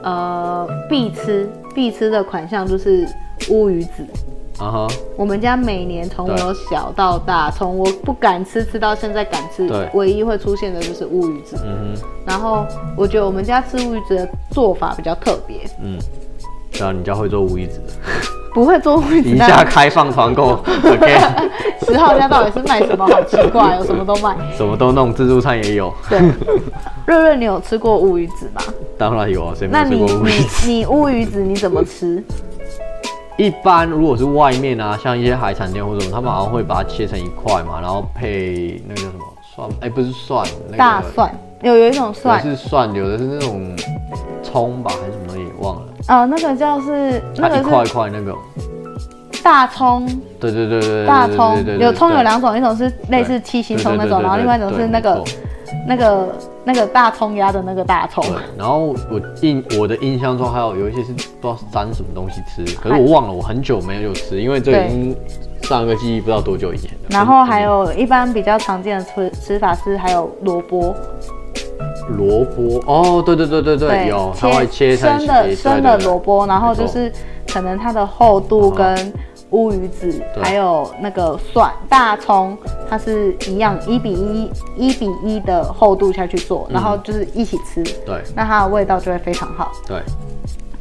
Speaker 2: 呃必吃必吃的款项就是乌鱼子。
Speaker 1: 啊哈，
Speaker 2: 我们家每年从
Speaker 1: 对
Speaker 2: 我小到大，从我不敢吃吃到现在敢吃
Speaker 1: 对，
Speaker 2: 唯一会出现的就是乌鱼子。
Speaker 1: 嗯哼，
Speaker 2: 然后我觉得我们家吃乌鱼子的做法比较特别，
Speaker 1: 嗯，对啊，你家会做无椅子 的，
Speaker 2: 不会做乌鱼子
Speaker 1: 一
Speaker 2: 但
Speaker 1: 下开放团购，OK，
Speaker 2: 十号家到底是卖什么？好奇怪，哦，什么都卖。
Speaker 1: 什么都弄，自助餐也有，
Speaker 2: 对，瑞瑞，你有吃过乌鱼子吗？
Speaker 1: 当然有啊，谁没
Speaker 2: 那
Speaker 1: 有吃
Speaker 2: 你
Speaker 1: 过乌鱼
Speaker 2: 你
Speaker 1: 子？
Speaker 2: 你乌鱼子你怎么吃？
Speaker 1: 一般如果是外面啊，像一些海产店或者什么，他们好像会把它切成一块嘛，然后配那个叫什么蒜，哎、不是蒜， 那个
Speaker 2: 大蒜，有有一种
Speaker 1: 有的
Speaker 2: 蒜，
Speaker 1: 是蒜，有的是那种葱吧，还是什么东西忘了，
Speaker 2: 啊、那个叫是那
Speaker 1: 它一块
Speaker 2: 个
Speaker 1: 一
Speaker 2: 是
Speaker 1: 块那个，
Speaker 2: 大葱，
Speaker 1: 对对对对对，
Speaker 2: 大
Speaker 1: 对
Speaker 2: 葱有葱有，两种，一种是
Speaker 1: 对
Speaker 2: 类似七星葱那
Speaker 1: 对对对
Speaker 2: 种，
Speaker 1: 对
Speaker 2: 然后另外一种
Speaker 1: 对
Speaker 2: 是那
Speaker 1: 没
Speaker 2: 个
Speaker 1: 错
Speaker 2: 那个那个大葱压的那个大葱
Speaker 1: 对，然后我印我的印象中还有有一些是不知道是沾什么东西吃，可是我忘了，我很久没有吃，因为这已经上一个记忆不知道多久以前了。
Speaker 2: 然后还有一般比较常见的吃吃法是还有萝卜，
Speaker 1: 萝卜，哦，对对对对对，有，它会切成
Speaker 2: 生的生的萝
Speaker 1: 卜，
Speaker 2: 卜，然后
Speaker 1: 没错
Speaker 2: 就是可能它的厚度
Speaker 1: 然
Speaker 2: 跟乌鱼子
Speaker 1: 对
Speaker 2: 还有那个蒜、大葱，它是一样一比一一比一的厚度下去
Speaker 1: 嗯
Speaker 2: 做，然后就是一起吃，
Speaker 1: 对
Speaker 2: 那它的味道就会非常好。
Speaker 1: 对，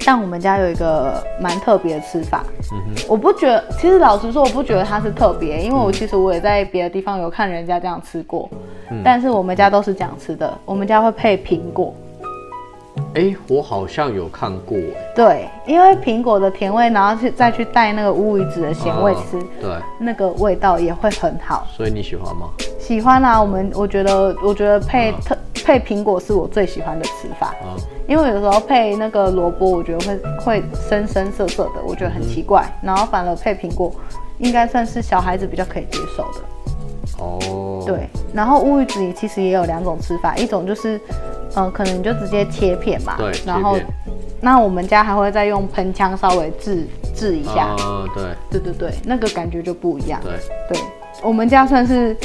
Speaker 2: 但我们家有一个蛮特别的吃法，
Speaker 1: 嗯哼，
Speaker 2: 我不觉得，其实老实说，我不觉得它是特别，因为我其实我也在别的地方有看人家这样吃过，
Speaker 1: 嗯
Speaker 2: 但是我们家都是这样吃的，我们家会配苹果。
Speaker 1: 哎，我好像有看过，哎
Speaker 2: 对，因为苹果的甜味，然后去再去带那个乌鱼子的咸味，
Speaker 1: 哦
Speaker 2: 其实
Speaker 1: 对，
Speaker 2: 那个味道也会很好。
Speaker 1: 所以你喜欢吗？
Speaker 2: 喜欢啊，我们我觉得，我觉得配
Speaker 1: 嗯
Speaker 2: 特、配苹果是我最喜欢的吃法，
Speaker 1: 啊，
Speaker 2: 因为有时候配那个萝卜，我觉得会会深深涩涩的，我觉得很奇怪。然后反而配苹果，应该算是小孩子比较可以接受的。
Speaker 1: 哦，
Speaker 2: 对，然后乌鱼子也其实也有两种吃法，一种就是，嗯、可能你就直接切片嘛，
Speaker 1: 对，
Speaker 2: 然后
Speaker 1: 切片
Speaker 2: 那我们家还会再用喷枪稍微炙炙一下，
Speaker 1: 啊，对
Speaker 2: 对对对，那个感觉就不一样。
Speaker 1: 对，
Speaker 2: 对，我们家算是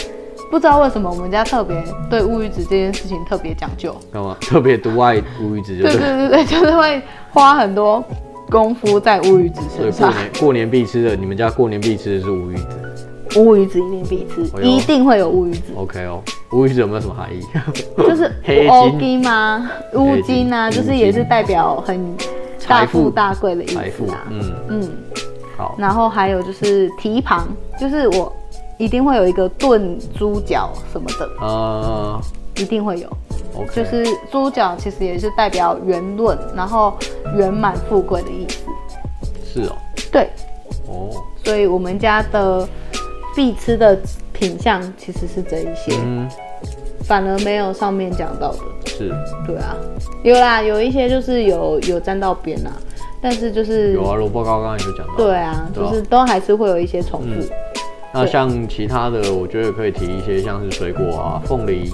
Speaker 2: 不知道为什么我们家特别对乌鱼子这件事情特别讲究。
Speaker 1: 干嘛 特别独爱乌鱼子就
Speaker 2: 对
Speaker 1: 是
Speaker 2: 对对对，就是会花很多功夫在乌鱼子
Speaker 1: 所以
Speaker 2: 身
Speaker 1: 过
Speaker 2: 上。
Speaker 1: 年过年必吃的，你们家过年必吃的是乌鱼子，
Speaker 2: 乌鱼子一定必吃，
Speaker 1: 哎呦
Speaker 2: 一定会有乌鱼子，
Speaker 1: OK 哦，乌鱼子有没有什么含义？
Speaker 2: 就是
Speaker 1: 黑金
Speaker 2: 乌金吗？乌金啊，
Speaker 1: 黑金
Speaker 2: 就是也是代表很大
Speaker 1: 财
Speaker 2: 富
Speaker 1: 富
Speaker 2: 大贵的意
Speaker 1: 财富
Speaker 2: 思啊。，
Speaker 1: 嗯，
Speaker 2: 嗯，
Speaker 1: 好，
Speaker 2: 然后还有就是蹄膀，就是我一定会有一个炖猪脚什么的，
Speaker 1: 呃
Speaker 2: 一定会有。
Speaker 1: ，OK，
Speaker 2: 就是猪脚其实也是代表圆润，然后圆满富贵的意思。
Speaker 1: 是哦，
Speaker 2: 对，
Speaker 1: 哦，
Speaker 2: 所以我们家的必吃的品相其实是这一些，
Speaker 1: 嗯，
Speaker 2: 反而没有上面讲到的。
Speaker 1: 是
Speaker 2: 对啊，有啦，有一些就是有有沾到边啦，但是就是
Speaker 1: 有啊，萝卜糕刚才就讲到，
Speaker 2: 对啊，
Speaker 1: 对啊嗯
Speaker 2: 就是都还是会有一些重复。
Speaker 1: 那像其他的，我觉得可以提一些，像是水果啊，凤梨，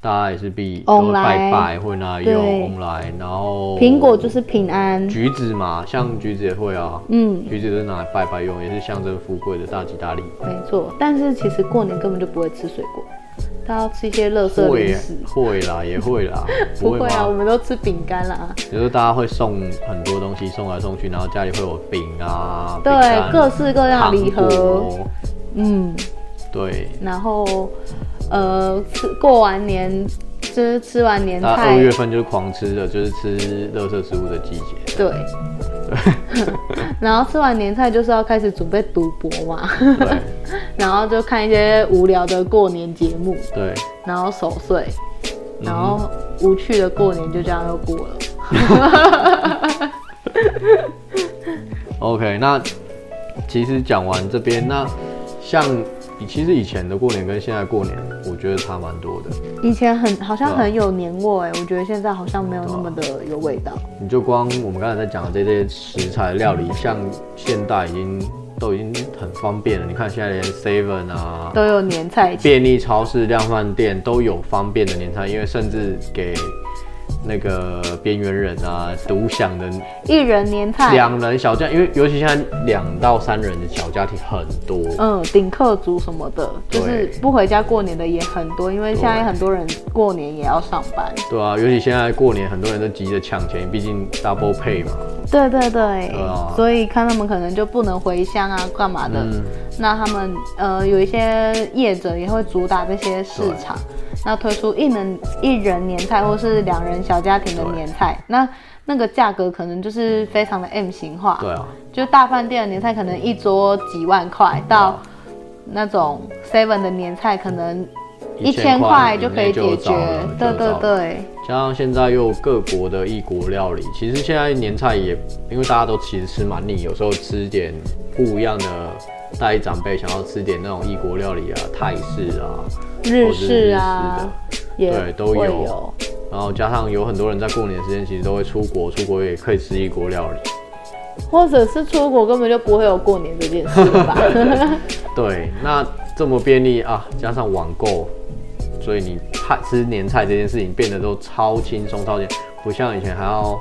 Speaker 1: 大家也是必
Speaker 2: 翁
Speaker 1: 都
Speaker 2: 来
Speaker 1: 拜拜会拿来
Speaker 2: 对
Speaker 1: 用红来，然后
Speaker 2: 苹果就是平安，
Speaker 1: 橘子嘛，像橘子也会啊，
Speaker 2: 嗯，
Speaker 1: 橘子都是拿来拜拜用，也是象征富贵的大吉大利。
Speaker 2: 没错。但是其实过年根本就不会吃水果，他要吃一些垃圾
Speaker 1: 会
Speaker 2: 零
Speaker 1: 也
Speaker 2: 食。
Speaker 1: 会啦，也会 啦，
Speaker 2: 不
Speaker 1: 会
Speaker 2: 会啊，我
Speaker 1: 吗？
Speaker 2: 们都吃饼干啦。
Speaker 1: 就是大家会送很多东西送来送去，然后家里会有饼啊，
Speaker 2: 对
Speaker 1: 饼干
Speaker 2: 各式各样的礼盒，
Speaker 1: 糖果
Speaker 2: 嗯，
Speaker 1: 对，
Speaker 2: 然后呃，吃过完年就是吃完年
Speaker 1: 那
Speaker 2: 菜
Speaker 1: 啊二，月份就是狂吃的，就是吃垃圾食物的季节。
Speaker 2: 对， 然后吃完年菜就是要开始准备赌博嘛，
Speaker 1: 对
Speaker 2: 然后就看一些无聊的过年节目，
Speaker 1: 对，
Speaker 2: 然后守岁，
Speaker 1: 嗯
Speaker 2: 然后无趣的过年就这样又过了。
Speaker 1: OK，那其实讲完这边，那像其实以前的过年跟现在过年，我觉得差蛮多的。
Speaker 2: 以前很好像
Speaker 1: 对啊
Speaker 2: 很有年味，我觉得现在好像没有那么的有味道。
Speaker 1: 你就光我们刚才在讲的这些食材料理，像现代已经都已经很方便了。你看现在连 Seven 啊、
Speaker 2: 都有年菜钱，
Speaker 1: 便利超市、量贩店都有方便的年餐，因为甚至给那个边缘人啊、独享的
Speaker 2: 一人年菜，
Speaker 1: 两人小家，因为尤其现在两到三人的小家庭很多。
Speaker 2: 嗯，顶客族什么的，就
Speaker 1: 对
Speaker 2: 是不回家过年的也很多，因为现在
Speaker 1: 对
Speaker 2: 很多人过年也要上班。
Speaker 1: 对啊，尤其现在过年，很多人都急着抢钱，毕竟 double pay 嘛。
Speaker 2: 对对对，
Speaker 1: 对啊
Speaker 2: 所以看他们可能就不能回乡啊，干嘛的？
Speaker 1: 嗯，
Speaker 2: 那他们呃有一些业者也会主打这些市场，那推出一人一人年菜或是两人小家庭的
Speaker 1: 对
Speaker 2: 年菜，那那个价格可能就是非常的 M 型化，
Speaker 1: 对啊，
Speaker 2: 就大饭店的年菜可能一桌几万块，到那种 Seven 的年菜可能一千块就可以解决
Speaker 1: 以内就。
Speaker 2: 对
Speaker 1: 有找
Speaker 2: 对
Speaker 1: 了
Speaker 2: 对，
Speaker 1: 加上现在又有各国的异国料理，其实现在年菜也因为大家都其实吃蛮腻，有时候吃点不一样的，带长辈想要吃点那种异国料理啊，泰式啊，
Speaker 2: 日
Speaker 1: 或者是
Speaker 2: 式啊
Speaker 1: 日
Speaker 2: 也
Speaker 1: 对都
Speaker 2: 会
Speaker 1: 有然后加上有很多人在过年的时间其实都会出国，出国也可以吃异国料理。
Speaker 2: 或者是出国根本就不会有过年这件事 了吧？
Speaker 1: 对，那这么便利啊，加上网购，所以你菜吃年菜这件事情变得都超轻松超简单，不像以前还要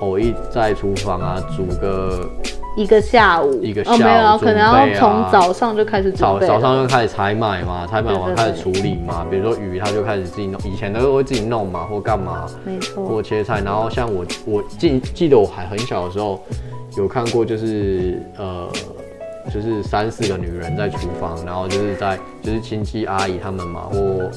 Speaker 1: 偶一在厨房啊煮个
Speaker 2: 一个下午，
Speaker 1: 一个
Speaker 2: 哦没有啊，
Speaker 1: 下午
Speaker 2: 可能
Speaker 1: 准
Speaker 2: 要
Speaker 1: 备啊
Speaker 2: 从早上就开始准
Speaker 1: 早
Speaker 2: 备了
Speaker 1: 早上就开始采买嘛，采买
Speaker 2: 啊对
Speaker 1: 完
Speaker 2: 对
Speaker 1: 开
Speaker 2: 对
Speaker 1: 始处理嘛，比如说鱼，他就开始自己弄，以前都会自己弄嘛，或干嘛，
Speaker 2: 没错，
Speaker 1: 或切菜。然后像我，我记记得我还很小的时候，有看过，就是呃，就是三四个女人在厨房，然后就是在就是亲戚阿姨他们嘛，或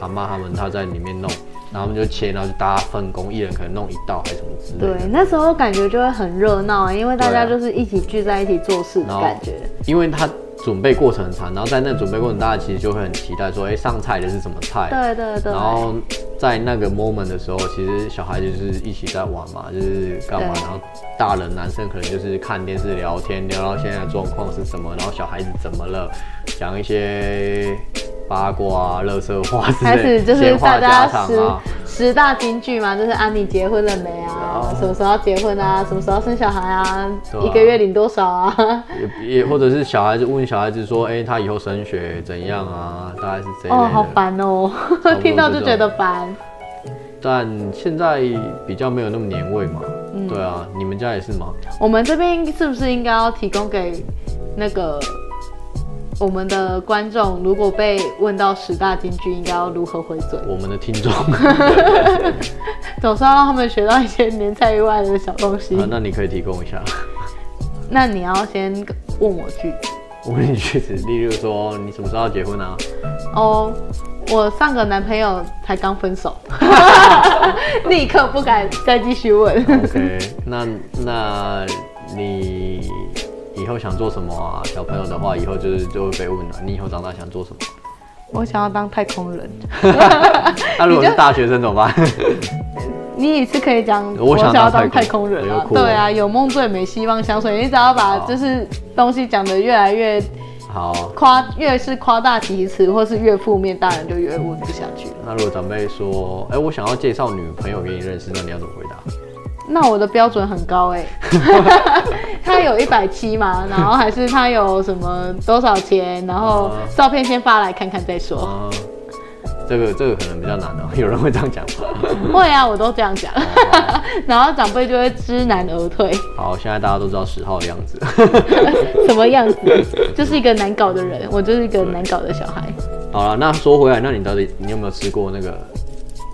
Speaker 1: 阿妈他们，她在里面弄，然后他们就切，然后就大家分工，一人可能弄一道还是什么之类
Speaker 2: 对
Speaker 1: 的。，
Speaker 2: 那时候感觉就会很热闹啊，因为大家
Speaker 1: 对啊
Speaker 2: 就是一起聚在一起做事的
Speaker 1: 然后
Speaker 2: 感觉，
Speaker 1: 因为他准备过程很长，然后在那个准备过程，大家其实就会很期待说，哎、上菜的是什么菜？
Speaker 2: 对对对
Speaker 1: 然，后在那个 moment 的时候，其实小孩就是一起在玩嘛，就是干嘛？
Speaker 2: 对
Speaker 1: 然后大人男生可能就是看电视聊天，聊到现在的状况是什么，然后小孩子怎么了，讲一些八卦啊、乐色话之
Speaker 2: 开
Speaker 1: 类的，
Speaker 2: 始就是
Speaker 1: 闲
Speaker 2: 大
Speaker 1: 话家
Speaker 2: 家十
Speaker 1: 常啊。
Speaker 2: 十大金句嘛，就是啊你结婚了没啊
Speaker 1: 哦，
Speaker 2: 什么时候要结婚啊，什么时候生小孩啊
Speaker 1: 对，啊
Speaker 2: 一个月领多少啊，
Speaker 1: 也也或者是小孩子问小孩子说，哎、他以后升学怎样啊？大概是这一类的。
Speaker 2: 哦好烦哦
Speaker 1: 差不多是这，种
Speaker 2: 听到就觉得烦，
Speaker 1: 但现在比较没有那么年味嘛。
Speaker 2: 嗯
Speaker 1: 对啊，你们家也是吗？
Speaker 2: 我们这边是不是应该要提供给那个我们的观众，如果被问到十大金句，应该要如何回嘴？
Speaker 1: 我们的听 众，啊
Speaker 2: 总是要让他们学到一些 年菜以外的小东西。
Speaker 1: 啊，那你可以提供一下。
Speaker 2: 那你要先问我句子，
Speaker 1: 问你去指，例如说你什么时候要结婚啊？
Speaker 2: 哦，我上个男朋友才刚分 手，立刻不敢再继续问。
Speaker 1: OK，那那你以后想做什么啊？小朋友的话，以后就是就会被问了、你以后长大想做什么？
Speaker 2: 我想要当太空人，
Speaker 1: 那、如果是大学生怎么办？
Speaker 2: 你也是可以讲，
Speaker 1: 我想
Speaker 2: 想
Speaker 1: 当
Speaker 2: 要
Speaker 1: 太
Speaker 2: 当
Speaker 1: 空
Speaker 2: 太空人
Speaker 1: 哎呦
Speaker 2: 啊，
Speaker 1: 酷哦
Speaker 2: 对啊，有梦最美，希望相随。你只要
Speaker 1: 好
Speaker 2: 把就是东西讲得越来越
Speaker 1: 好，
Speaker 2: 夸，越是夸大其词，或是越负面，大人就越问不下去了。
Speaker 1: 那如果长辈说，哎、我想要介绍女朋友给你认识，那你要怎么回答？
Speaker 2: 那我的标准很高 哎、他有一百七嘛，然后还是他有什么多少钱，然后
Speaker 1: 啊
Speaker 2: 照片先发来看看再说。
Speaker 1: 啊、这个这个可能比较难哦、有人会这样讲吗？
Speaker 2: 会啊，我都这样讲， 然后长辈就会知难而 退，
Speaker 1: 好，现在大家都知道十号的样子。
Speaker 2: 什么样子？就是一个难搞的人，我就是一个难搞的小孩。
Speaker 1: 好了，那说回来，那你到底你有没有吃过那个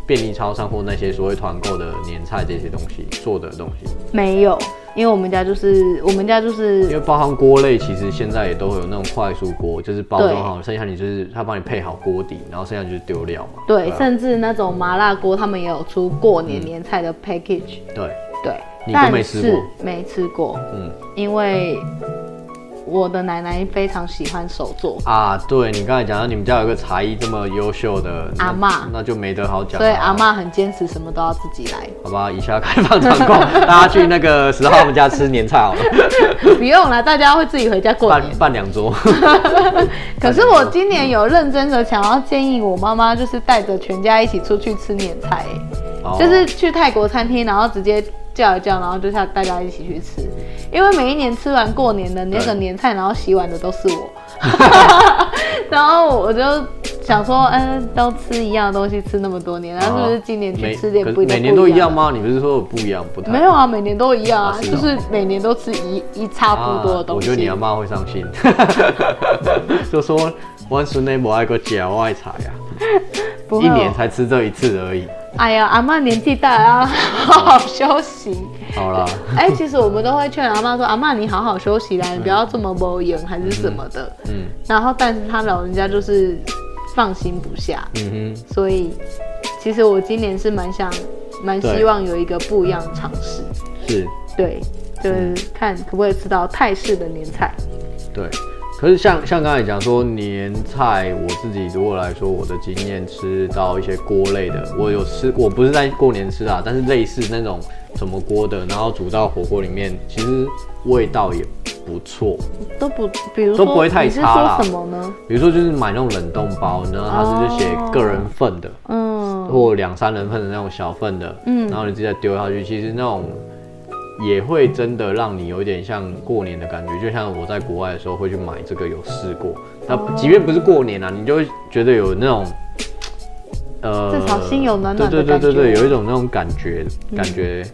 Speaker 1: 便利超商或那些所谓团购的年菜这些东西做的东西？
Speaker 2: 没有，因为我们家就是我们家就是
Speaker 1: 因为包含锅类，其实现在也都会有那种快速锅，就是包装好，剩下你就是他帮你配好锅底，然后剩下你就是丢料嘛。
Speaker 2: 对，
Speaker 1: 啊
Speaker 2: 甚至那种麻辣锅，他们也有出过年年菜的 package，、
Speaker 1: 对，
Speaker 2: 对，
Speaker 1: 你都
Speaker 2: 但
Speaker 1: 没
Speaker 2: 是
Speaker 1: 吃过
Speaker 2: 嗯没吃过，
Speaker 1: 嗯
Speaker 2: 因为我的奶奶非常喜欢手做，
Speaker 1: 啊，对你刚才讲到你们家有个才艺这么优秀的那
Speaker 2: 阿嬷
Speaker 1: 那就没得好讲啊。
Speaker 2: 所以阿妈很坚持什么都要自己来。
Speaker 1: 好吧，以下开放团购，大家去那个十号我们家吃年菜 好了，
Speaker 2: 不用啦，大家会自己回家过
Speaker 1: 办
Speaker 2: 年。
Speaker 1: 办两 桌。
Speaker 2: 可是我今年有认真的想要建议我妈妈，就是带着全家一起出去吃年菜、欸
Speaker 1: 哦
Speaker 2: 就是去泰国餐厅，然后直接叫一叫，然后就下大家一起去吃。因为每一年吃完过年的那个
Speaker 1: 对
Speaker 2: 年菜，然后洗碗的都是我， 然后我就想说，嗯、都吃一样的东西，吃那么多年，那是不是今年去
Speaker 1: 每
Speaker 2: 吃点
Speaker 1: 可
Speaker 2: 不一
Speaker 1: 哦每
Speaker 2: 样？
Speaker 1: 年都一样？吗？你不是说不一样？不太
Speaker 2: 没有啊，每年都一样啊，
Speaker 1: 啊是哦
Speaker 2: 就是每年都吃一一差不多的
Speaker 1: 啊
Speaker 2: 东
Speaker 1: 我
Speaker 2: 西。
Speaker 1: 觉得你阿妈会上 心，就说我孙内无爱个假，我爱菜啊，
Speaker 2: 不会
Speaker 1: 一
Speaker 2: 哦
Speaker 1: 年才吃这一次而已。
Speaker 2: 哎呀，阿妈年纪大了，要好好休息。
Speaker 1: 好啦，
Speaker 2: 哎、其实我们都会劝阿妈说：“阿妈，你好好休息啦，你不要这么无言还是什么的。
Speaker 1: 嗯
Speaker 2: 然后，但是他老人家就是放心不下，
Speaker 1: 嗯哼，
Speaker 2: 所以其实我今年是蛮想、蛮
Speaker 1: 对
Speaker 2: 希望有一个不一样的尝试。
Speaker 1: 是
Speaker 2: 对，就是看可不可以吃到泰式的年菜。
Speaker 1: 对。可是像像刚才讲说年菜，我自己如果来说，我的经验吃到一些锅类的，我有吃，我不是在过年吃啊，但是类似那种什么锅的，然后煮到火锅里面，其实味道也不错。
Speaker 2: 都不，比如
Speaker 1: 都
Speaker 2: 说
Speaker 1: 不会太
Speaker 2: 你是
Speaker 1: 差啦
Speaker 2: 说什么呢？
Speaker 1: 比如说就是买那种冷冻包，然后它是就
Speaker 2: 哦
Speaker 1: 写个人份的，
Speaker 2: 嗯，
Speaker 1: 或两三人份的那种小份的，
Speaker 2: 嗯
Speaker 1: 然后你直接丢下去，其实那种也会真的让你有一点像过年的感觉，就像我在国外的时候会去买这个，有试
Speaker 2: 哦
Speaker 1: 过。那即便不是过年啊，你就会觉得有那种，呃
Speaker 2: 至少心有暖暖
Speaker 1: 对
Speaker 2: 的
Speaker 1: 对
Speaker 2: 感觉嗯
Speaker 1: 对对对，有一种那种感觉，感觉。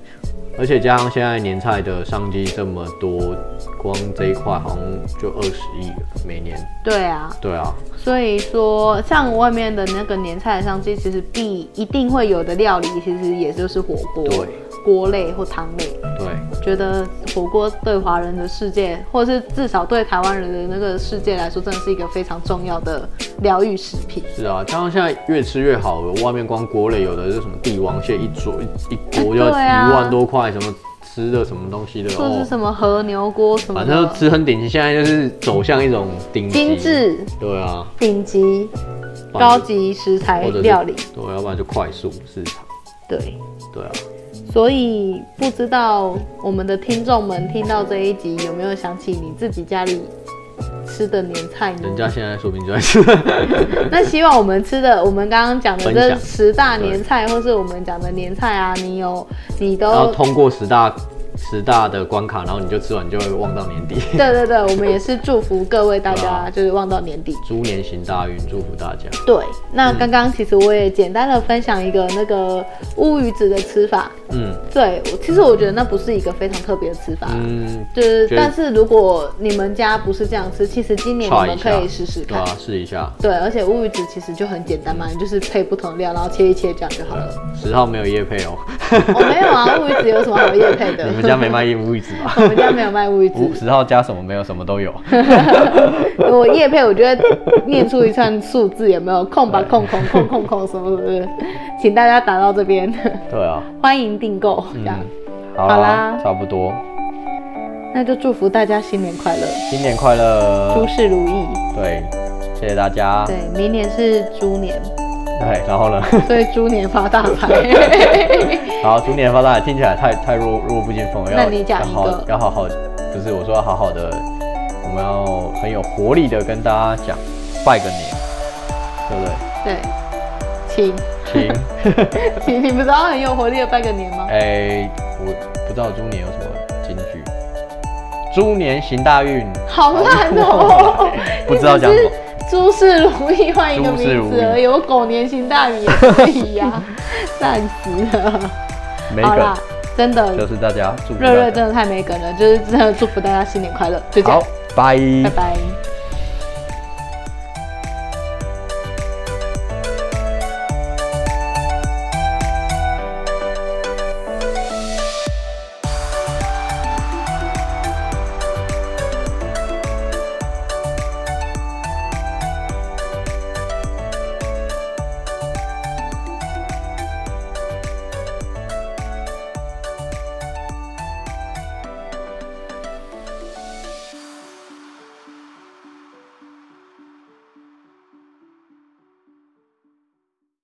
Speaker 1: 而且加上现在年菜的商机这么多，光这一块好像就二十亿了每年。
Speaker 2: 对啊，
Speaker 1: 对啊，
Speaker 2: 所以说，像外面的那个年菜上，其实必一定会有的料理，其实也就是火锅
Speaker 1: 对、
Speaker 2: 锅类或汤类。
Speaker 1: 对，
Speaker 2: 觉得火锅对华人的世界，或者是至少对台湾人的那个世界来说，真的是一个非常重要的疗愈食品。
Speaker 1: 是啊，加上现在越吃越好了，外面光锅类有的是什么帝王蟹一桌一一锅就要一
Speaker 2: 对啊
Speaker 1: 万多块，什么吃的什么东西的
Speaker 2: 或者是
Speaker 1: 哦，
Speaker 2: 什么和牛锅什么
Speaker 1: 反正
Speaker 2: 的
Speaker 1: 就，吃很顶级，现在就是走向一种顶级
Speaker 2: 精，致、
Speaker 1: 对啊，
Speaker 2: 顶级、
Speaker 1: 不然
Speaker 2: 高
Speaker 1: 就
Speaker 2: 级食材
Speaker 1: 或者是
Speaker 2: 料理。
Speaker 1: 对，啊要不然就快速市场，
Speaker 2: 对，
Speaker 1: 对啊，
Speaker 2: 所以不知道我们的听众们听到这一集有没有想起你自己家里吃的年菜呢
Speaker 1: 人？家现在说不定就在吃，
Speaker 2: 哦那希望我们吃的，我们刚刚讲的
Speaker 1: 分
Speaker 2: 这
Speaker 1: 享
Speaker 2: 十大年菜，或是我们讲的年菜啊，你有你
Speaker 1: 然后
Speaker 2: 都
Speaker 1: 通过十大十大的关卡，然后你就吃完，你就会望到年底，
Speaker 2: 对对对，我们也是祝福各位大
Speaker 1: 对
Speaker 2: 家
Speaker 1: 啊
Speaker 2: 就是望到年底。
Speaker 1: 猪年行大运，祝福大家。
Speaker 2: 对，那
Speaker 1: 嗯
Speaker 2: 刚刚其实我也简单的分享一个那个乌鱼子的吃法。
Speaker 1: 嗯
Speaker 2: 对，我其实我觉得那不是一个非常特别的吃法，
Speaker 1: 嗯，
Speaker 2: 就是
Speaker 1: 觉得
Speaker 2: 但是如果你们家不是这样吃，其实今年你
Speaker 1: try
Speaker 2: 们
Speaker 1: 一
Speaker 2: 可
Speaker 1: 下
Speaker 2: 以试试
Speaker 1: 对
Speaker 2: 看
Speaker 1: 啊。，试一下。
Speaker 2: 对，而且乌鱼子其实就很简单嘛，你就是配不同料，然后切一切这样就好了。
Speaker 1: 十号没有夜配哦，
Speaker 2: 我、没有啊，乌鱼子有什么好叶配的？
Speaker 1: 你们家没卖乌鱼子 吧？
Speaker 2: 我们家没有卖乌鱼
Speaker 1: 五
Speaker 2: 子。
Speaker 1: 十号加什么没有，什么 都有。
Speaker 2: 我叶配，我就会念出一串数字，有没有空吧？空空空空空什么什么的，请大家打到这边，
Speaker 1: 对啊，
Speaker 2: 欢迎订购。这样，
Speaker 1: 嗯，好
Speaker 2: 好
Speaker 1: 啦
Speaker 2: 啦，
Speaker 1: 差不多，
Speaker 2: 那就祝福大家新年快乐，
Speaker 1: 新年快
Speaker 2: 诸
Speaker 1: 乐！
Speaker 2: 事如意。
Speaker 1: 对，谢谢大家。
Speaker 2: 对，明年是猪年，
Speaker 1: 对，然后呢？
Speaker 2: 所以猪年发大财。
Speaker 1: 好，猪年发大财听起来太太弱弱不禁风了。
Speaker 2: 那
Speaker 1: 要
Speaker 2: 你讲一
Speaker 1: 要好
Speaker 2: 个
Speaker 1: 要好好，不是我说要好好的，我们要很有活力的跟大家讲拜个年，对不对？
Speaker 2: 对，请，
Speaker 1: 请，
Speaker 2: 请你不知道很有活力的拜个年吗？
Speaker 1: 哎、我不知道猪年有什么金句。猪年行大运，
Speaker 2: 好烂 哦、
Speaker 1: 不知道讲什么。
Speaker 2: 诸事如意换一个
Speaker 1: 诸事如
Speaker 2: 名
Speaker 1: 意
Speaker 2: 字而已，我狗年行大运也可以呀、 烂死了。
Speaker 1: 没
Speaker 2: 好啦
Speaker 1: 梗，，
Speaker 2: 真的，
Speaker 1: 就是大家祝福大
Speaker 2: 瑞
Speaker 1: 家
Speaker 2: 瑞真的太没梗了，就是真的祝福大家新年快乐，就这样
Speaker 1: 好，，拜
Speaker 2: 拜拜。